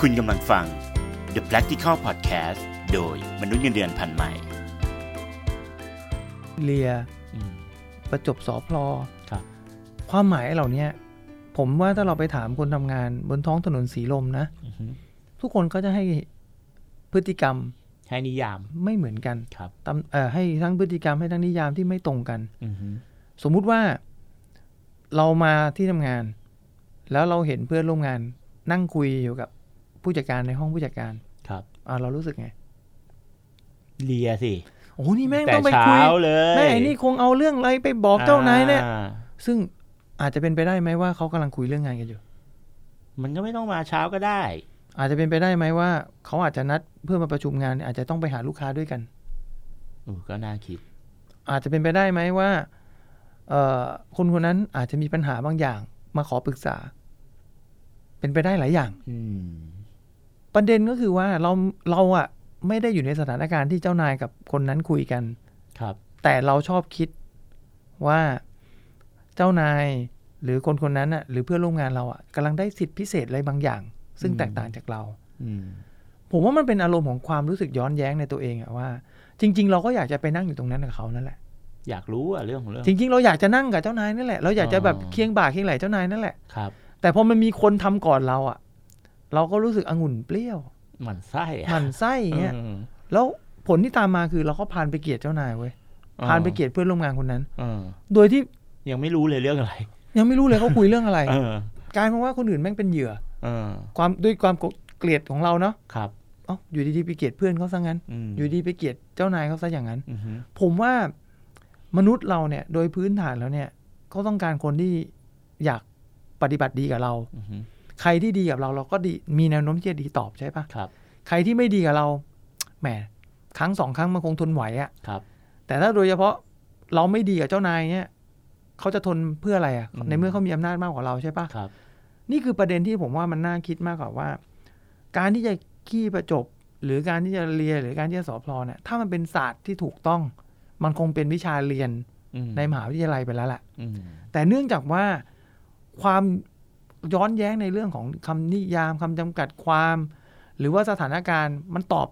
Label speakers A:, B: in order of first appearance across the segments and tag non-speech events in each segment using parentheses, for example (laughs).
A: คุณกำลังฟัง The Practical Podcast โดยมนุษย์เงินเดือนพันใหม่
B: เรีย
C: อืม
B: ประจบสอพลอ
C: ครับ
B: ความหมายเหล่าเนี้ย ผมว่าถ้าเราไปถามคนทำงานบนท้องถนนสีลมนะ
C: อือฮึ
B: ทุกคนก็จะให้พฤติกรรม
C: ให้นิยาม
B: ไม่เหมือนกัน
C: ครับ
B: ตำเอ่อให้ทั้งพฤติกรรมให้ทั้งนิยามที่ไม่ตรงกัน
C: อือฮึ
B: สมมุติว่าเรามาที่ทำงาน แล้วเราเห็นเพื่อนร่วมงาน นั่งคุยอยู่กับผู้จัดการในห้องผู้จัดการ
C: ครับ
B: อ่าเรารู้สึกไง
C: เลียสิ
B: โอ้โหนี่แม่ง
C: แต่
B: ต้องไป
C: เช้า
B: คุย
C: เลย
B: แม่งไอ้นี่คงเอาเรื่องอะไรไปบอกเจ้านายเนี่ย
C: อ่
B: ซึ่งอาจจะเป็นไปได้ไหมว่าเขากำลังคุยเรื่องงานกันอยู่
C: มันก็ไม่ต้องมาเช้าก็ได้
B: อาจจะเป็นไปได้ไหมว่า เขาอาจจะนัดเพื่อมาประชุมงาน อาจจะต้องไปหาลูกค้าด้วยกัน
C: อือก็น่าคิด
B: อาจจะเป็นไปได้ไหมว่าเอ่อคนคนนั้นอาจจะมีปัญหาบางอย่างมาขอปรึกษา เป็นไปได้หลายอย่าง
C: อืม
B: ประเด็นก็คือว่าเราเราอะไม่ได้อยู่ในสถานการณ์ที่เจ้านายกับคนนั้นคุยกัน
C: ครับ
B: แต่เราชอบคิดว่าเจ้านายหรือคนคนนั้นอะหรือเพื่อนร่วมงานเราอะกำลังได้สิทธิพิเศษอะไรบางอย่าง ซึ่งแตกต่างจากเรา
C: อืม
B: ผมว่ามันเป็นอารมณ์ของความรู้สึกย้อนแย้งในตัวเองอะว่า จริง ๆ เราก็อยากจะไปนั่งอยู่ตรงนั้นกับเขานั่นแหละ
C: อยากรู้อะเรื่องของเรื่อง
B: จริง ๆ เราอยากจะนั่งกับเจ้านายนั่นแหละเราอยากจะแบบ
C: อ๋อ
B: เคียงบ่าเคียงไหลเจ้านายนั่นแหละ
C: ครับ
B: แต่พอมันมีคนทำก่อนเราอะเราก็รู้สึกองุ่นเปรี้ยว
C: หมันไส้
B: ห
C: อะ
B: มันไส้อย่างเงี้ย
C: อืม
B: แล้วผลที่ตามมาคือเราก็พานไปเกลียดเจ้านายเว้ยพานไปเกลียดเพื่อนร่วมงานคนนั้น
C: เออ
B: โดยที่
C: ยังไม่รู้เลยเรื่องอะไร
B: ยังไม่รู้เลยเขาคุยเรื่อง (laughs) อะไร
C: เออก
B: ลายเป็นว่าคนอื่นแม่งเป็นเหยื่อ
C: เออ
B: ความด้วยความเกลียดของเราเนาะ
C: ครับ
B: เอ๋ออยู่ดีๆไปเกลียดเพื่อนเขาซะงั้น
C: อืม
B: อยู่ดีไปเกลียดเจ้านายเขาซะอย่างนั้น
C: อือฮึ
B: ผมว่ามนุษย์เราเนี่ย โดยพื้นฐานแล้วเนี่ยก็ต้องการคนที่อยากปฏิบัติดีกับเรา
C: อือฮึ
B: ใครที่ดีกับเราเราก็ดีมีแนวโน้มที่จะดีตอบใช่ปะ
C: ครับ
B: ใครที่ไม่ดีกับเรา แหมครั้งสองครั้งมันคงทนไหวอะ
C: ครับ
B: แต่ถ้าโดยเฉพาะเราไม่ดีกับเจ้านายเนี่ยเขาจะทนเพื่ออะไรอะ
C: อืม
B: ในเมื่อเขามีอำนาจมากกว่าเราใช่ปะ
C: ครับ
B: นี่คือประเด็นที่ผมว่ามันน่าคิดมากกว่าว่า การที่จะขี้ประจบ หรือการที่จะเรียนหรือการที่จะสอบพลอเนี่ยถ้ามันเป็นศาสตร์ที่ถูกต้อง มันคงเป็นวิชาเรียน
C: อืม
B: ในมหาวิทยาลัยไปแล้วแหละ
C: อืม
B: แต่เนื่องจากว่าความย้อนแย้งในเรื่องของคำนิยามคำจำกัดความ หรือว่าสถานการณ์มันตอบ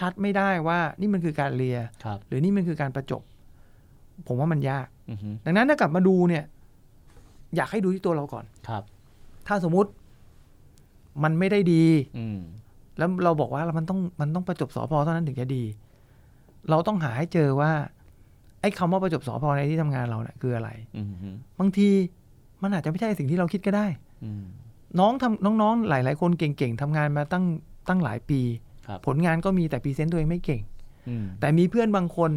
B: ชัดๆ ไม่ได้ว่า นี่มันคือการเลีย
C: ครับ
B: หรือนี่มันคือการประจบ ผมว่ามันยาก
C: อือฮึ
B: ดังนั้นถ้ากลับมาดูเนี่ย อยากให้ดูที่ตัวเราก่อน
C: ครับ
B: ถ้าสมมติมันไม่ได้ดี
C: อืม
B: แล้วเราบอกว่ามันต้องมันต้องประจบสอพอเท่านั้นถึงจะดี เราต้องหาให้เจอว่า ไอ้คำว่าประจบสอพอในที่ทำงานเราเนี่ยคืออะไร
C: อือฮึ
B: บางทีมันอาจจะไม่ใช่สิ่งที่เราคิดก็ได้
C: อืม
B: น้องทำน้องๆ หลาย ๆ คนเก่งๆทำงานมาตั้งตั้งหลายปี
C: ครับ
B: ผลงานก็มีแต่พรีเซนต์ตัวเองไม่เก่ง
C: อืม
B: แต่มีเพื่อนบางคน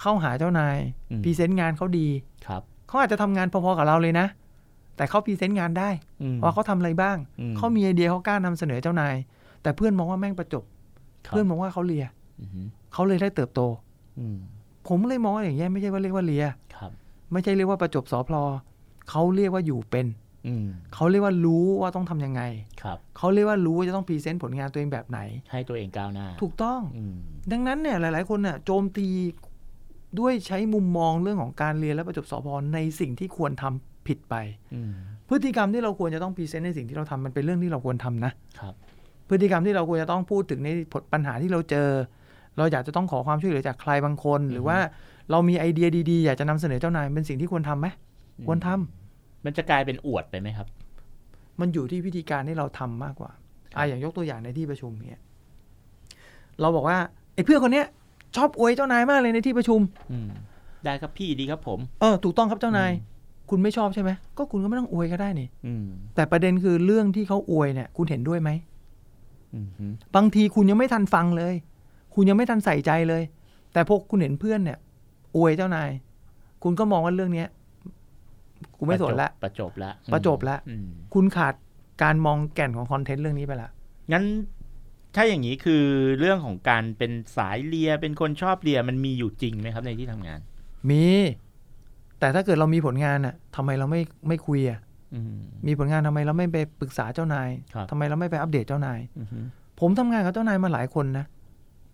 B: เข้าหาเจ้านาย
C: อืม
B: พรีเซนต์งานเขาดี
C: ครับ
B: เขาอาจจะทำงานพอๆกับเราเลยนะ แต่เขาพรีเซนต์งานได้
C: อืม
B: ว่าเขาทำอะไรบ้าง
C: อืม
B: เขามีไอเดียเขากล้านำเสนอเจ้านาย แต่เพื่อนมองว่าแม่งประจบ
C: ครับ
B: เพื่อนมองว่าเขาเลีย
C: อือฮึ
B: เขาเลยได้เติบโต
C: อืม
B: ผมเลยมองว่าอย่างเงี้ยไม่ใช่ว่าเรียกว่าเลีย
C: ครับ
B: ไม่ใช่เรียกว่าประจบสอพลอเขาเรียกว่าอยู่เป็น
C: อืม
B: เขาเรียกว่ารู้ว่าต้องทำยังไง
C: ครับ
B: เขาเรียกว่ารู้ว่าจะต้องพรีเซนต์ผลงานตัวเองแบบไหน
C: ให้ตัวเองก้าวหน้า
B: ถูกต้อง
C: อืม
B: ดังนั้นเนี่ยหลาย ๆ คนน่ะโจมตีด้วยใช้มุมมองเรื่องของการเรียนและประจบสอบพในสิ่งที่ควรทำผิดไป
C: อืม
B: พฤติกรรมที่เราควรจะต้องพรีเซนต์ในสิ่งที่เราทำมันเป็นเรื่องที่เราควรทำนะครับ พฤติกรรมที่เราควรจะต้องพูดถึงในผลปัญหาที่เราเจอ เราอยากจะต้องขอความช่วยเหลือจากใครบางคน หรือว่าเรามีไอเดียดี ๆ อยากจะนำเสนอเจ้านายเป็นสิ่งที่ควรทำไหมควรทำ
C: มันจะกลายเป็นอวดไปไหมครับ
B: มันอยู่ที่วิธีการที่เราทำมากกว่าอ่ะอย่างยกตัวอย่างในที่ประชุมเนี่ยเราบอกว่าไอ้เพื่อนคนเนี้ย ชอบอวยเจ้านายมากเลยในที่ประชุม
C: อืม ได้ครับพี่ดีครับผม
B: เออถูกต้องครับเจ้านาย คุณไม่ชอบใช่ไหมก็คุณก็ไม่ต้องอวยก็ได้นี่
C: อืม
B: แต่ประเด็นคือเรื่องที่เขาอวยเนี่ย คุณเห็นด้วยไหม
C: อืมฮึ
B: บางทีคุณยังไม่ทันฟังเลย คุณยังไม่ทันใส่ใจเลย แต่พวกคุณเห็นเพื่อนเนี่ย อวยเจ้านาย คุณก็มองว่าเรื่องเนี้ยกูไม่สนละ
C: ประจบละ
B: ประจบละ
C: อืม
B: คุณขาดการมองแก่นของคอนเทนต์เรื่องนี้ไปละ
C: งั้น ถ้าอย่างนี้คือเรื่องของการเป็นสายเลียเป็นคนชอบเลียมันมีอยู่จริงไหมครับในที่ทำงาน
B: มี แต่ถ้าเกิดเรามีผลงานน่ะทำไมเราไม่ไม่คุยอ่ะ
C: อืม
B: มีผลงานทำไมเราไม่ไปปรึกษาเจ้านาย
C: ครับ
B: ทำไมเราไม่ไปอัปเดตเจ้านาย
C: อืมฮึ
B: ผมทำงานกับเจ้านายมาหลายคนนะ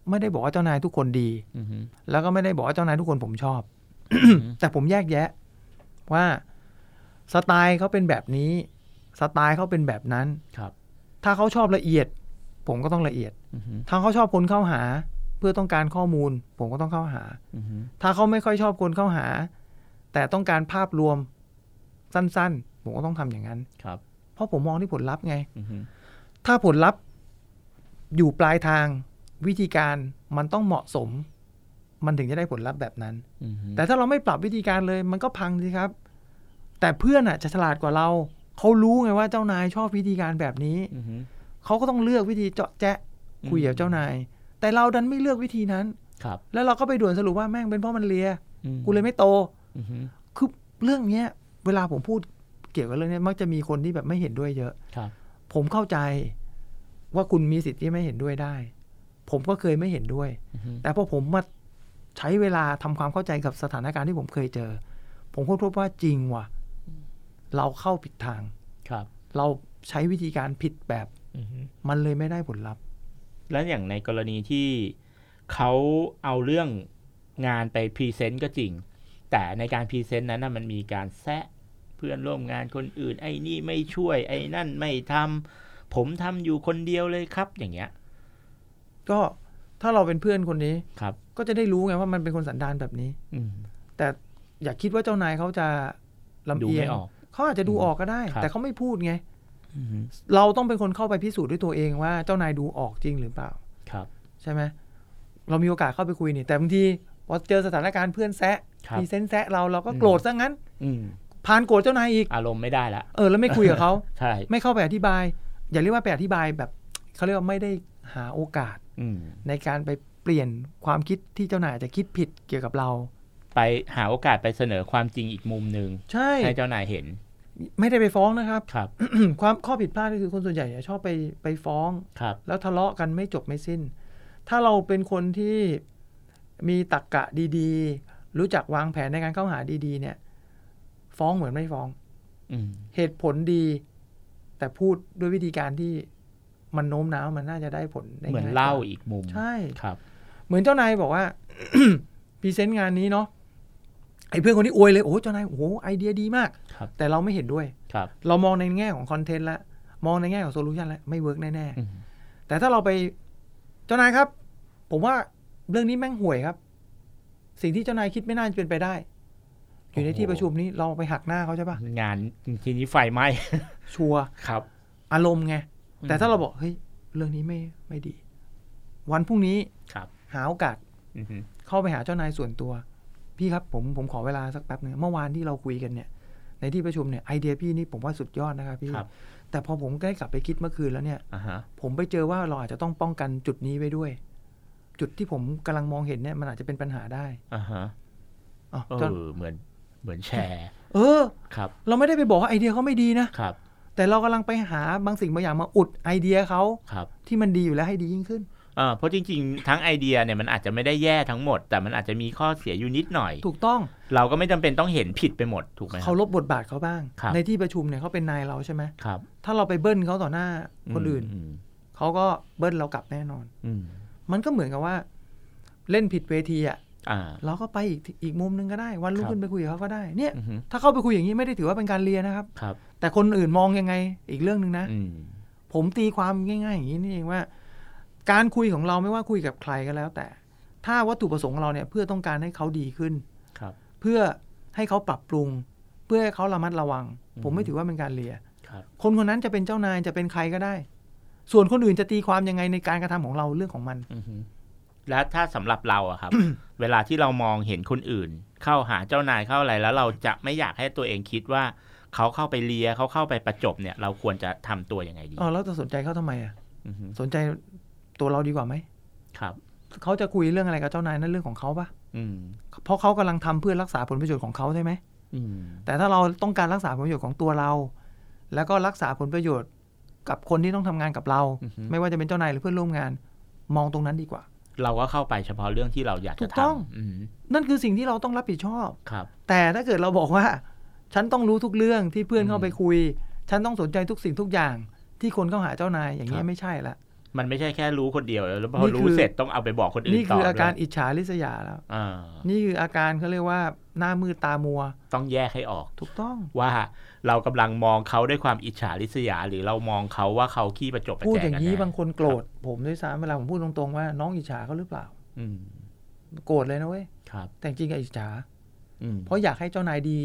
B: ไม่ได้บอกว่าเจ้านายทุกคนดี
C: อืมฮึ
B: แล้วก็ไม่ได้บอกว่าเจ้านายทุกคนผมชอบ แต่ผมแยกแยะ ว่าสไตล์เขาเป็นแบบนี้ สไตล์เขาเป็นแบบนั้น
C: ครับ
B: ถ้าเขาชอบละเอียด ผมก็ต้องละเอียด
C: อือฮึ
B: ทางเขาชอบคนเข้าหา เพื่อต้องการข้อมูล ผมก็ต้องเข้าหา
C: อือฮึ
B: ถ้าเขาไม่ค่อยชอบคนเข้าหา แต่ต้องการภาพรวมสั้นๆ ผมก็ต้องทำอย่างนั้น
C: ครับ
B: เพราะผมมองที่ผลลัพธ์ไง
C: อือฮึ
B: ถ้าผลลัพธ์อยู่ปลายทางวิธีการมันต้องเหมาะสม มันถึงจะได้ผลลัพธ์แบบนั้น
C: อือฮึ
B: แต่ถ้าเราไม่ปรับวิธีการเลยมันก็พังสิครับ แต่เพื่อนอ่ะจะฉลาดกว่าเรา เขารู้ไงว่าเจ้านายชอบวิธีการแบบนี้
C: อือฮึ
B: เขาก็ต้องเลือกวิธีเจาะแจ๊ะคุยกับเจ้านาย แต่เราดันไม่เลือกวิธีนั้น
C: ครับ
B: แล้วเราก็ไปด่วนสรุปว่าแม่งเป็นเพราะมันเลีย
C: อื
B: กูเลยไม่โต
C: อือฮึ
B: คือเรื่องเนี้ย เวลาผมพูดเกี่ยวกับเรื่องเนี้ยมักจะมีคนที่แบบไม่เห็นด้วยเยอะ
C: ครับ
B: ผมเข้าใจว่าคุณมีสิทธิ์ที่ไม่เห็นด้วยได้ ผมก็เคยไม่เห็นด้วย
C: อือฮึ
B: แต่พอผมมาใช้เวลาทำความเข้าใจกับสถานการณ์ที่ผมเคยเจอ ผมค้นพบว่าจริงว่ะ เราเข้าผิดทาง
C: ครับ
B: เราใช้วิธีการผิดแบบ
C: อือฮึ
B: มันเลยไม่ได้ผลลัพธ์
C: แล้วอย่างในกรณีที่เขาเอาเรื่องงานไปพรีเซนต์ก็จริง แต่ในการพรีเซนต์นั้นนะมันมีการแซะเพื่อนร่วมงานคนอื่น ไอ้นี่ไม่ช่วย ไอ้นั่นไม่ทำผมทำอยู่คนเดียวเลยครับอย่างเงี้ย
B: ก็ถ้าเราเป็นเพื่อนคนนี้
C: ครับ
B: ก็จะได้รู้ไงว่ามันเป็นคนสันดานแบบนี้
C: อืม
B: แต่อย่าคิดว่าเจ้านายเขาจะลำ
C: ดู
B: เอียง
C: ไม่ออก
B: เขาอาจจะดูออกก็ได้
C: ครับ
B: แต่เขาไม่พูดไง
C: อืม
B: เราต้องเป็นคนเข้าไปพิสูจน์ด้วยตัวเองว่าเจ้านายดูออกจริงหรือเปล่า
C: ครับ
B: ใช่ไหมเรามีโอกาสเข้าไปคุยนี่แต่บางทีพอเจอสถานการณ์เพื่อนแซะ
C: ครับ
B: มีเซนส์แซะเราเราก็
C: อืม
B: โกรธซะงั้น
C: อืม
B: พานโกรธเจ้านายอีก
C: อารมณ์ไม่ได้ละ
B: เออแล้วไม่คุย
C: (laughs)
B: กับเขา
C: ใช่
B: ไม่เข้าไปอธิบาย อย่าเรียกว่าไปอธิบายแบบเขาเรียกว่าไม่ได้หาโอกาส
C: อืม
B: ในการไปเปลี่ยนความคิดที่เจ้านายอาจจะคิดผิดเกี่ยวกับเรา
C: ไปหาโอกาสไปเสนอความจริงอีกมุมหนึ่ง
B: ใช่
C: ให้เจ้านายเห็น
B: ไม่ได้ไปฟ้องนะครับ (coughs)
C: ครับ
B: ความข้อผิดพลาดก็คือคนส่วนใหญ่เนี่ยชอบไปไปฟ้อง
C: ครับ
B: แล้วทะเลาะกันไม่จบไม่สิ้น ถ้าเราเป็นคนที่มีตรกกะดีๆ รู้จักวางแผนในการเข้าหาดีๆ เนี่ย ฟ้องเหมือนไม่ฟ้อง
C: อืม
B: เหตุผลดี แต่พูดด้วยวิธีการที่มันโน้มน้าวมันน่าจะได้ผลได้
C: เหมือน
B: ง่ยว่
C: เล่าอีกมุม
B: ใช่
C: ครับ
B: เหมือนเจ้านายบอกว่า (coughs) พรีเซนต์งานนี้เนาะไอ้เพื่อนคนนี้อวยเลยโอ้เจ้านายโอ้โหไอเดียดีมาก
C: ครับ
B: แต่เราไม่เห็นด้วย
C: ครับ
B: เรามองในแง่ของคอนเทนต์ละมองในแง่ของโซลูชันละไม่เวิร์กแน่
C: อืม
B: ๆ แต่ถ้าเราไปเจ้านายครับ ผมว่าเรื่องนี้แม่งห่วยครับ สิ่งที่เจ้านายคิดไม่น่าจะเป็นไปได้ อยู่ในที่ประชุมนี้เราไปหักหน้าเขาใช่ปะ
C: งานทีนี้ไฟไหม
B: ชัวร์
C: ครับ
B: อารมณ์ไง
C: อืม
B: แต่ถ้าเราบอกเฮ้ยเรื่องนี้ไม่ไม่ดี วันพรุ่งนี้
C: ครับ
B: หาโอกาส
C: อือฮึ
B: เข้าไปหาเจ้านายส่วนตัว พี่ครับผมผมขอเวลาสักแป๊บหนึ่งเมื่อวานที่เราคุยกันเนี่ย ในที่ประชุมเนี่ยไอเดียพี่นี่ผมว่าสุดยอดนะครับพี่
C: ครับ
B: แต่พอผมได้กลับไปคิดเมื่อคืนแล้วเนี่ย
C: อ่าฮะ
B: ผมไปเจอว่าเราอาจจะต้องป้องกันจุดนี้ไว้ด้วย จุดที่ผมกำลังมองเห็นเนี่ยมันอาจจะเป็นปัญหาได้
C: อ่าฮะ
B: อ๋อ
C: เอ
B: เจ้า
C: อเหมือนเหมือนแชร์
B: เออ
C: ครับ
B: เราไม่ได้ไปบอกว่าไอเดียเขาไม่ดีนะ
C: ครับ
B: แต่เรากำลังไปหาบางสิ่งบางอย่างมาอุดไอเดียเขา
C: ครับ
B: ที่มันดีอยู่แล้วให้ดียิ่งขึ้น
C: เออเพราะจริงๆ ทั้งไอเดียเนี่ยมันอาจจะไม่ได้แย่ทั้งหมด แต่มันอาจจะมีข้อเสียอยู่นิดหน่อย
B: ถูกต้อง
C: เราก็ไม่จำเป็นต้องเห็นผิดไปหมดถูกไหมครั
B: เขา
C: บ
B: ลบบทบาทเขาบ้าง
C: ครับ
B: ในที่ประชุมเนี่ยเขาเป็นนายเราใช่ไหม
C: ครับ
B: ถ้าเราไปเบิ้ลเขาต่อหน้าคน
C: ม
B: อื่น
C: ม
B: เขาก็เบิ้ลเรากลับแน่นอน
C: อืม
B: มันก็เหมือนกับว่า เล่นผิดเวทีอ่ะ
C: อ่า
B: เราก็ไปอีกอีกมุมหนึงก็ได้ วันรุ่ง
C: ครับ
B: ขึ้นไปคุยกับเขาก็ได้เนี่ย
C: อือฮึ
B: ถ้าเข้าไปคุยอย่างนี้ไม่ได้ถือว่าเป็นการเรียนนะครับ
C: ครับ
B: แต่คนอื่นมองยังไงอีกเรื่องหนึ่งนะ
C: อืม
B: ผมตีความง่ายๆอย่างนี้นี่เองว่า การคุยของเราไม่ว่าคุยกับใครก็แล้วแต่ ถ้าวัตถุประสงค์ของเราเนี่ยเพื่อต้องการให้เขาดีขึ้น
C: ครับ
B: เพื่อให้เขาปรับปรุง เพื่อให้เขาระมัดระวัง
C: อืม
B: ผมไม่ถือว่าเป็นการเลีย
C: ครับ
B: คนคนนั้นจะเป็นเจ้านายจะเป็นใครก็ได้ ส่วนคนอื่นจะตีความยังไงในการกระทำของเราเรื่องของมัน
C: อือฮึแล้วถ้าสำหรับเราอะ
B: (coughs)
C: ครับ เวลาที่เรามองเห็นคนอื่น เข้าหาเจ้านายเข้าอะไรแล้วเราจะไม่อยากให้ตัวเองคิดว่า เขาเข้าไปเลียเขาเข้าไปประจบเนี่ย เราควรจะทำตัวยังไงดี
B: อ๋อแล้วจะสนใจเขาทำไมอ่ะ
C: อือฮึ
B: สนใจตัวเราดีกว่าไหม
C: ครับ
B: เขาจะคุยเรื่องอะไรกับเจ้านายนั่นเรื่องของเขาปะ
C: อืม
B: เพราะเขากำลังทำเพื่อรักษาผลประโยชน์ของเขาใช่ไหม
C: อืม
B: แต่ถ้าเราต้องการรักษาผลประโยชน์ของตัวเรา แล้วก็รักษาผลประโยชน์กับคนที่ต้องทำงานกับเรา
C: อือฮึ
B: ไม่ว่าจะเป็นเจ้านายหรือเพื่อนร่วมงาน มองตรงนั้นดีกว่า
C: เราก็เข้าไปเฉพาะเรื่องที่เราอยาก
B: ถู
C: จะ
B: ก
C: ท
B: ต้อง
C: ำอืม
B: นั่นคือสิ่งที่เราต้องรับผิดชอบ
C: ครับ
B: แต่ถ้าเกิดเราบอกว่า ฉันต้องรู้ทุกเรื่องที่เพื่อน
C: อืม
B: เข้าไปคุย ฉันต้องสนใจทุกสิ่งทุกอย่างที่คนเข้าหาเจ้านายอย่างนี้
C: ครั
B: ย
C: บ
B: ไม่ใช่ละ
C: มันไม่ใช่แค่รู้คนเดียว แล้วพอ
B: นี่
C: รู้
B: คือ
C: เสร็จต้องเอาไปบอกคนอื่น
B: นี่
C: ต่
B: คือ
C: อ
B: อาการ
C: ด้วย
B: อิจฉาริษยาแล้ว
C: อ่า
B: นี่คืออาการเขาเรียกว่าหน้ามืดตามัว
C: ต้องแยกให้ออก
B: ถูกต้อง
C: ว่าเรากำลังมองเขาด้วยความอิจฉาริษยา หรือเรามองเขาว่าเขาขี้ประจบประแจ
B: พูดอย่างนี้
C: กัแ
B: บางคนโกรธ ผมด้วยซ้ำเวลาผมพูดตรงๆว่าน้องอิจฉาเขาหรือเปล่า
C: อืม
B: โกรธเลยนะเว้ย
C: ครับ
B: แต่จริงๆอะอิจฉา
C: อืม
B: เพราะอยากให้เจ้านายดี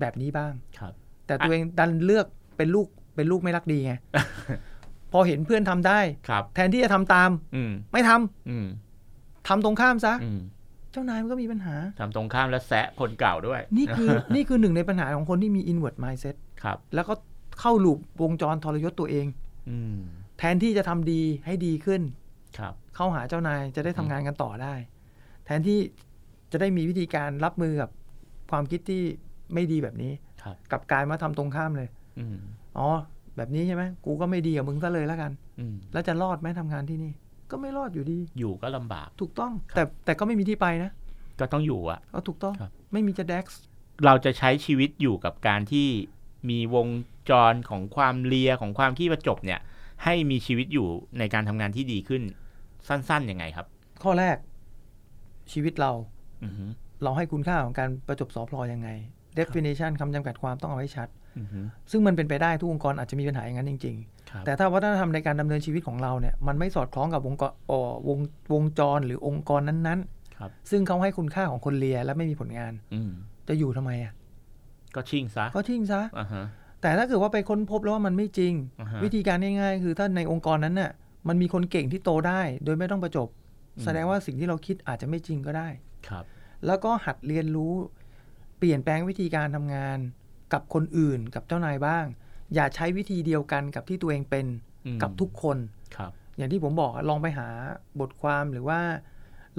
B: แบบนี้บ้าง
C: ครับ
B: แต่ตัวเองดันเลือกเป็นลูกเป็นลูกไม่รักดีไง พอเห็นเพื่อนทำได้
C: ครับ
B: แทนที่จะทำตาม
C: อืม
B: ไม่ทำ
C: อืม
B: ทำตรงข้ามซะ
C: อืม
B: เจ้านายมันก็มีปัญหา
C: ทำตรงข้ามและแซะคนเก่าด้วย
B: นี่คือ นี่คือหนึ่งในปัญหาของคนที่มี inward mindset
C: ครับ
B: แล้วก็เข้าลูปวงจรทรยศตัวเอง
C: อืม
B: แทนที่จะทำดีให้ดีขึ้น
C: ครับ
B: เข้าหาเจ้านายจะได้ทำงานกันต่อได้ แทนที่จะได้มีวิธีการรับมือกับความคิดที่ไม่ดีแบบนี้
C: ครับ
B: กลับกลายมาทำตรงข้ามเลย
C: อืม
B: อ๋อ แบบนี้ใช่ไหมกูก็ไม่ดีกับมึงซะเลยแล้วกัน
C: อืม
B: แล้วจะรอดไหมทำงานที่นี่ ก็ไม่รอดอยู่ดี
C: อยู่ก็ลำบาก
B: ถูกต้อง แต่แต่ก็ไม่มีที่ไปนะ
C: ก็ต้องอยู่อะ
B: ก็ถูกต้อง
C: ครับ
B: ไม่มีจะแดกซ์
C: เราจะใช้ชีวิตอยู่กับการที่มีวงจรของความเลียของความขี้ประจบเนี่ย ให้มีชีวิตอยู่ในการทำงานที่ดีขึ้น สั้นๆยังไงครับ
B: ข้อแรก ชีวิตเรา
C: อือฮึ
B: เราให้คุณค่าของการประจบสอพลอยังไง definition คำจำกัดความต้องเอาให้ชัด
C: อือฮึ
B: ซึ่งมันเป็นไปได้ทุกองค์กรอาจจะมีปัญหาอย่างนั้นจริง ๆ
C: ครับ
B: แต่ถ้าวัฒนธรรมในการดำเนินชีวิตของเราเนี่ยมันไม่สอดคล้องกับวงกรเอ่อวงวงจรหรือองค์กรนั้น
C: ครับ
B: ๆ ซึ่งเขาให้คุณค่าของคนเลียและไม่มีผลงาน
C: อืม
B: จะอยู่ทำไมอ่ะ
C: ก็ชิ่งซะ
B: ก็ทิ้งซะ
C: อ่าฮะ
B: แต่ถ้าเกิดว่าไปค้นพบแล้วว่ามันไม่จริง
C: อ่าฮะ
B: วิธีการง่ายๆ คือถ้าในองค์กรนั้นน่ะมันมีคนเก่งที่โตได้ โดยไม่ต้องประจบ แสดงว่าสิ่งที่เราคิดอาจจะไม่จริงก็ได้
C: ครับ
B: แล้วก็หัดเรียนรู้ เปลี่ยนแปลงวิธีการทำงาน กับคนอื่นกับเจ้านายบ้าง อย่าใช้วิธีเดียวกันกับที่ตัวเองเป็น
C: อืม
B: กับทุกคน
C: ครับ
B: อย่างที่ผมบอกอะลองไปหาบทความหรือว่า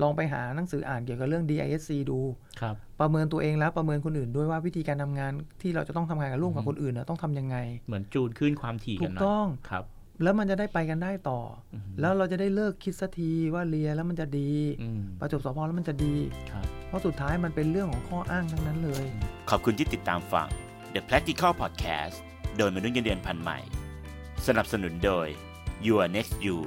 B: ลองไปหาหนังสืออ่านเกี่ยวกับเรื่อง DISC ดู
C: ครับ
B: ประเมินตัวเองแล้วประเมินคนอื่นด้วยว่าวิธีการทำงานที่เราจะต้องทำงานกับร่วมกับ
C: อืม
B: คนอื่นนะต้องทำยังไง
C: เหมือนจูนขึ้นความถี่
B: ถู
C: กัน
B: ก
C: หน่อย
B: ต้อง
C: ครับ
B: แล้วมันจะได้ไปกันได้ต่ออ
C: อือฮึ
B: แล้วเราจะได้เลิกคิดสักทีว่าเรียนแล้วมันจะดี
C: อืม
B: ประจบสพแล้วมันจะดี
C: ครับ
B: เพราะสุดท้ายมันเป็นเรื่องของข้ออ้างทั้งนั้นเลย
A: ขอบคุณที่ติดตามฟัง The Practical Podcast โดยมนุษย์เงินเดือนพันใหม่ สนับสนุนโดย Your Next You